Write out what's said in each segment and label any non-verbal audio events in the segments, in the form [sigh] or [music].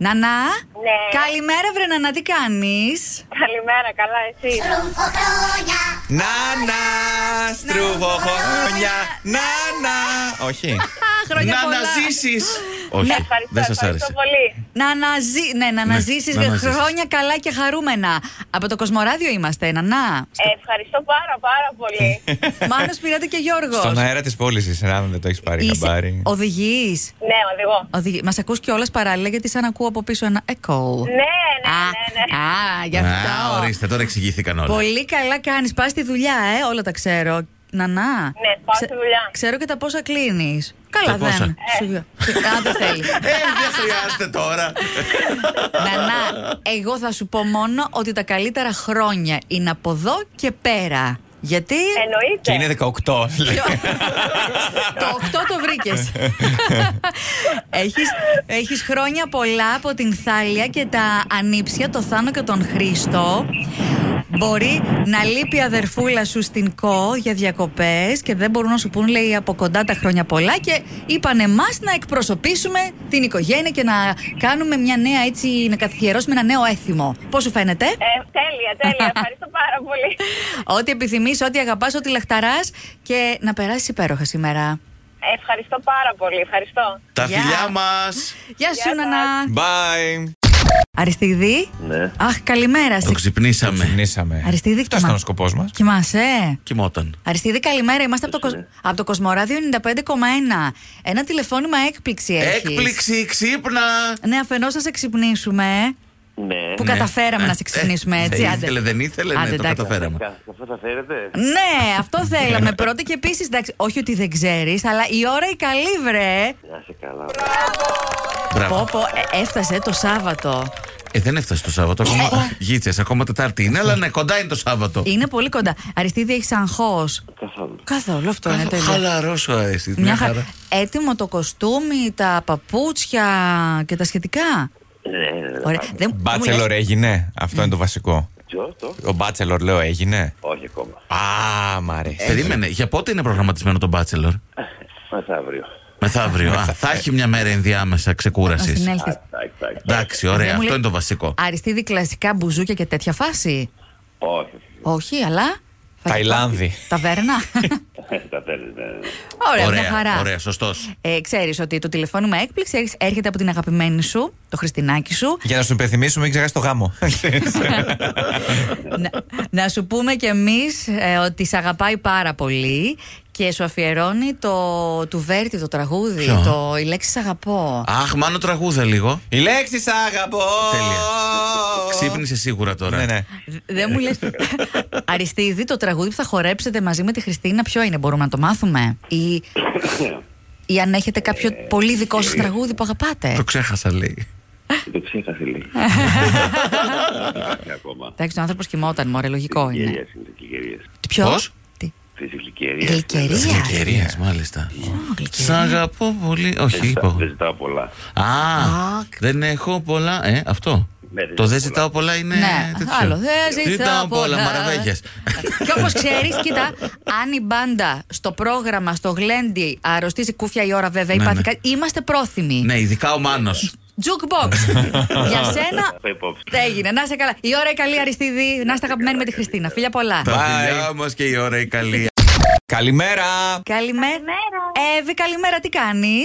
Νανά. Ναι. Καλημέρα, βρε Νανά, τι κάνεις. Καλημέρα, καλά εσύ. Να να, στρούβοχονιά, να να. Όχι. Χρόνια να πολλά. Ναι, να ζήσεις. Όχι, Ευχαριστώ, Ε, δεν σας ευχαριστώ άρεσε. πολύ. Να αναζήσει, ναι, να αναζήσεις να αναζήσεις. χρόνια καλά και χαρούμενα. Από το Κοσμοράδιο είμαστε, [laughs] Νανά. Ε, ευχαριστώ πάρα πάρα πολύ. Μάνος Πειράτη και Γιώργος Στον αέρα της πόλης είσαι, αν δεν το έχεις πάρει χαμπάρι. οδηγείς. ναι, οδηγώ. Μας ακούς και παράλληλα, γιατί σαν ακούω από πίσω ένα echo. Ναι, ναι, Α, ναι, ναι. Α, γι' Α, αυτό. ορίστε, τώρα εξηγήθηκαν όλα. Πολύ καλά κάνεις. Πας στη δουλειά, ε, όλα τα ξέρω. Νανά. Ναι, πάω στη δουλειά. Ξέρω και τα πόσα κλείνεις. Καλά, Τα πόσα. δεν. Σου- Α, δεν θέλει. Ε, δεν χρειάζεται [laughs] τώρα. Νανά, εγώ θα σου πω μόνο ότι τα καλύτερα χρόνια είναι από εδώ και πέρα. Γιατί. Και Εννοείται. είναι 18. λέει. το 8 το βρήκες. έχεις, έχεις χρόνια πολλά από την Θάλια και τα ανήψια, το Θάνο και τον Χρήστο. Μπορεί να λείπει η αδερφούλα σου στην ΚΟ για διακοπές και δεν μπορούν να σου πούν, λέει, από κοντά τα χρόνια πολλά και είπαν εμάς να εκπροσωπήσουμε την οικογένεια και να κάνουμε μια νέα έτσι, να καθιερώσουμε ένα νέο έθιμο. Πώς σου φαίνεται? Ε, τέλεια, [laughs] τέλεια. ευχαριστώ πάρα πολύ. Ό,τι επιθυμείς, ό,τι αγαπάς, ό,τι λαχταράς και να περάσεις υπέροχα σήμερα. Ε, ευχαριστώ πάρα πολύ. Ευχαριστώ. Τα Γεια. φιλιά μας. Γεια σου, Νανά. Bye. Αριστίδη. Ναι. Αχ, καλημέρα. Το Σε... ξυπνήσαμε. Ξυπνήσαμε. Αριστείδη, Αυτό ήταν κοιμά- ο σκοπός μας. Κοιμάσαι. Κοιμόταν. Αριστίδη, καλημέρα. Είμαστε από το, Κοσ- από το Κοσμοράδιο 95,1. Ένα τηλεφώνημα έκπληξη έχεις. Έκπληξη, ξύπνα. Ναι, αφενός θα σε ξυπνήσουμε. Ναι. Που καταφέραμε να σε ξυπνήσουμε, Ε, έτσι. δεν άντε. ήθελε, δεν ήθελε, ναι, Άντε, το εντάξει. καταφέραμε. Κα- Αυτό θα φέρετε. Ναι, αυτό θέλαμε πρώτα και επίσης, εντάξει, όχι ότι δεν ξέρεις, αλλά η ώρα η καλή, βρε. Να είσαι καλά. Πω, Μπράβο. πω, ε, έφτασε το Σάββατο. Ε, δεν έφτασε το Σάββατο. Ακόμα ε. γίτσε, ακόμα Τετάρτη είναι, αλλά ναι, κοντά είναι το Σάββατο. Είναι πολύ κοντά. Αριστίδη, έχεις αγχώ. Καθόλου. Καθόλου, αυτό είναι τέλειο. Χαλαρό ο ε, αίσθη. Μια χαρά. Έτοιμο το κοστούμι, τα παπούτσια και τα σχετικά. Ναι, ναι, ναι. Ωραία. Δεν- δεν μου λες- Μπάτσελορ έγινε. Αυτό είναι το βασικό. Ποιος το. Ο Μπάτσελορ, λέω, έγινε. Όχι ακόμα. Α, μ' Ε, αρέσει. Περίμενε, για πότε είναι προγραμματισμένο το Bachelor? Ε. Μεθαύριο. Μεθαύριο. Α, θα έχει μια μέρα ενδιάμεσα Να ξεκούραση. συνέλθεις. Τάκ, τάκ. Εντάξει, Δεν ωραία, μου αυτό λέει- είναι το βασικό. Αριστείδη κλασικά μπουζούκια και τέτοια φάση. Όχι. Όχι, αλλά. Ταϊλάνδη. Ταβέρνα. Τα τέλη. ναι, ναι. Ωραία, μια Ωραία, χαρά. ωραία, σωστός. Ε, ξέρεις ότι το τηλεφώνημα έκπληξη έρχ- έρχεται από την αγαπημένη σου, το Χριστινάκι σου. Για να σου υπενθυμίσουμε, μην ξεχάσεις το [laughs] γάμο. να, να σου πούμε κι εμείς ε, ότι σε αγαπάει πάρα πολύ και σου αφιερώνει το του Βέρτη το τραγούδι, Ποιο? το «Η λέξη σ' αγαπώ». Αχ, μάλλον τραγούδα λίγο. Η λέξη σ' αγαπώ. Τέλεια. Ξύπνησε σίγουρα τώρα. Ναι, ναι. Δ- Δεν μου λες Αριστείδη, το τραγούδι που θα χορέψετε μαζί με τη Χριστίνα, ποιο είναι, μπορούμε να το μάθουμε. Ή, ναι. ή αν έχετε κάποιο πολύ δικό σας τραγούδι που αγαπάτε. Ε, Το ξέχασα, λέει. Το ξέχασε λίγο. Ε. Όχι ακόμα. [laughs] Εντάξει, ο άνθρωπος κοιμόταν, μωρέ, λογικό είναι. Γελίες είναι τις γλυκερίες. Ποιο? Ε, Πώς? Τι. Τις γλυκερίες. Γλυκερία. Ευκαιρίε, μάλιστα. Ω, γλυκερία. Σ' αγαπώ πολύ. Όχι, Δεν ζητάω- είπα. Δεν ζητάω πολλά. Α, Α, δεν έχω πολλά. Ε, αυτό. Ναι, δεν Το δεν ζητάω ζητάω πολλά είναι. Ναι, ε, τέτοιο. άλλο. Δεν ζητάω πολλά. μαραβέγιας. Και όπως ξέρεις, κοίτα, αν η μπάντα στο πρόγραμμα, στο γλέντι, αρρωστήσει κούφια η ώρα βέβαια, Ναι, υπάρχει ναι. κάτι, είμαστε πρόθυμοι. Ναι, ειδικά ο Μάνος. Jukebox. [laughs] Για σένα. Το υπόψη. Έγινε, να είσαι καλά. Η ώρα η καλή Αριστίδη, να είστε αγαπημένοι με τη Χριστίνα. Φίλια πολλά. Τα Bye. φιλιά μας και η ώρα η καλή. Καλημέρα. Καλημέρα. Εύη, καλημέρα, τι κάνεις.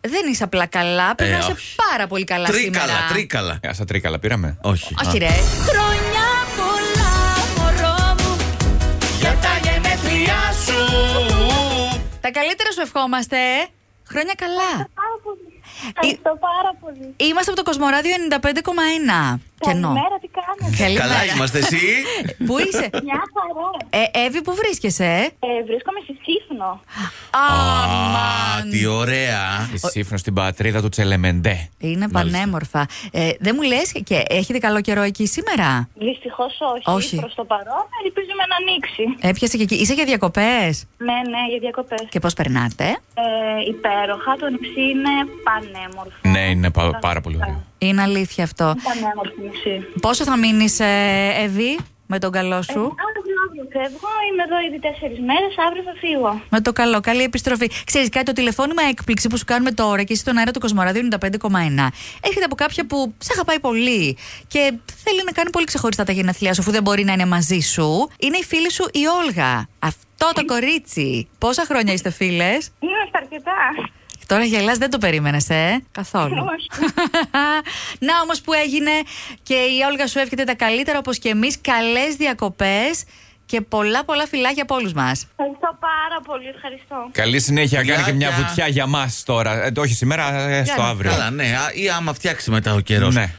Δεν είσαι απλά καλά, περνάσε Ε, όχι. πάρα πολύ καλά σήμερα. Τρίκαλα, τρίκαλα. Ε, Στα τρίκαλα πήραμε. Όχι. Όχι, ρε. Χρόνια πολλά, μωρό μου. Για τα γενέθλιά σου. Τα καλύτερα σου ευχόμαστε. ε. Χρόνια καλά. πάρα πολύ. Ευχαριστώ πάρα πολύ. Είμαστε από το Κοσμοράδιο 95,1. Κενό. Καλημέρα, τι κάνετε. Καλά είμαστε εσύ. Πού είσαι, Μια χαρά. ε, Εύη, πού βρίσκεσαι. ε? Ε, βρίσκομαι στη Σύφνο. Α, Αμαν. τι ωραία. Σύμφωνο στην πατρίδα του Τσελεμεντέ. Είναι πανέμορφα. Ε, δεν μου λες και έχετε καλό καιρό εκεί σήμερα. Δυστυχώς όχι. Όχι. Προς το παρόν ελπίζουμε να ανοίξει. Έπιασε και εκεί. Είσαι για διακοπές. Ναι, ναι, για διακοπές. Και πώς περνάτε. Ε, υπέροχα. Το νησί είναι πανέμορφο. Ναι, είναι πα- πάρα πολύ ωραίο. Είναι αλήθεια αυτό. Πανέμορφο νησί. Πόσο θα μείνεις, ε, Εύη, με τον καλό σου. Αύριο, αύριο φεύγω, είμαι εδώ ήδη τέσσερις μέρες, αύριο θα φύγω. Με το καλό, καλή επιστροφή. Ξέρεις κάτι, το τηλεφώνημα έκπληξη που σου κάνουμε τώρα και εσύ στον αέρα του Κοσμοράδιο 95,1 έρχεται από κάποια που σε αγαπάει πολύ και θέλει να κάνει πολύ ξεχωριστά τα γενέθλιά σου, αφού δεν μπορεί να είναι μαζί σου. Είναι η φίλη σου η Όλγα. Αυτό το κορίτσι. Πόσα χρόνια είστε φίλες. Είμαστε αρκετά. Τώρα γελάς δεν το περίμενες, ε. Καθόλου. Όχι. [laughs] να όμως που έγινε και η Όλγα σου εύχεται τα καλύτερα όπως και εμείς. Καλές διακοπές και πολλά πολλά φιλάκια από όλους μας. Ευχαριστώ πάρα πολύ, ευχαριστώ. Καλή συνέχεια. Κάνε και μια Φιλάκια. βουτιά για μας τώρα. Ε, το όχι σήμερα, ε, στο αύριο. Καλά, ναι. Α, Ή άμα φτιάξει μετά ο καιρός. Ναι.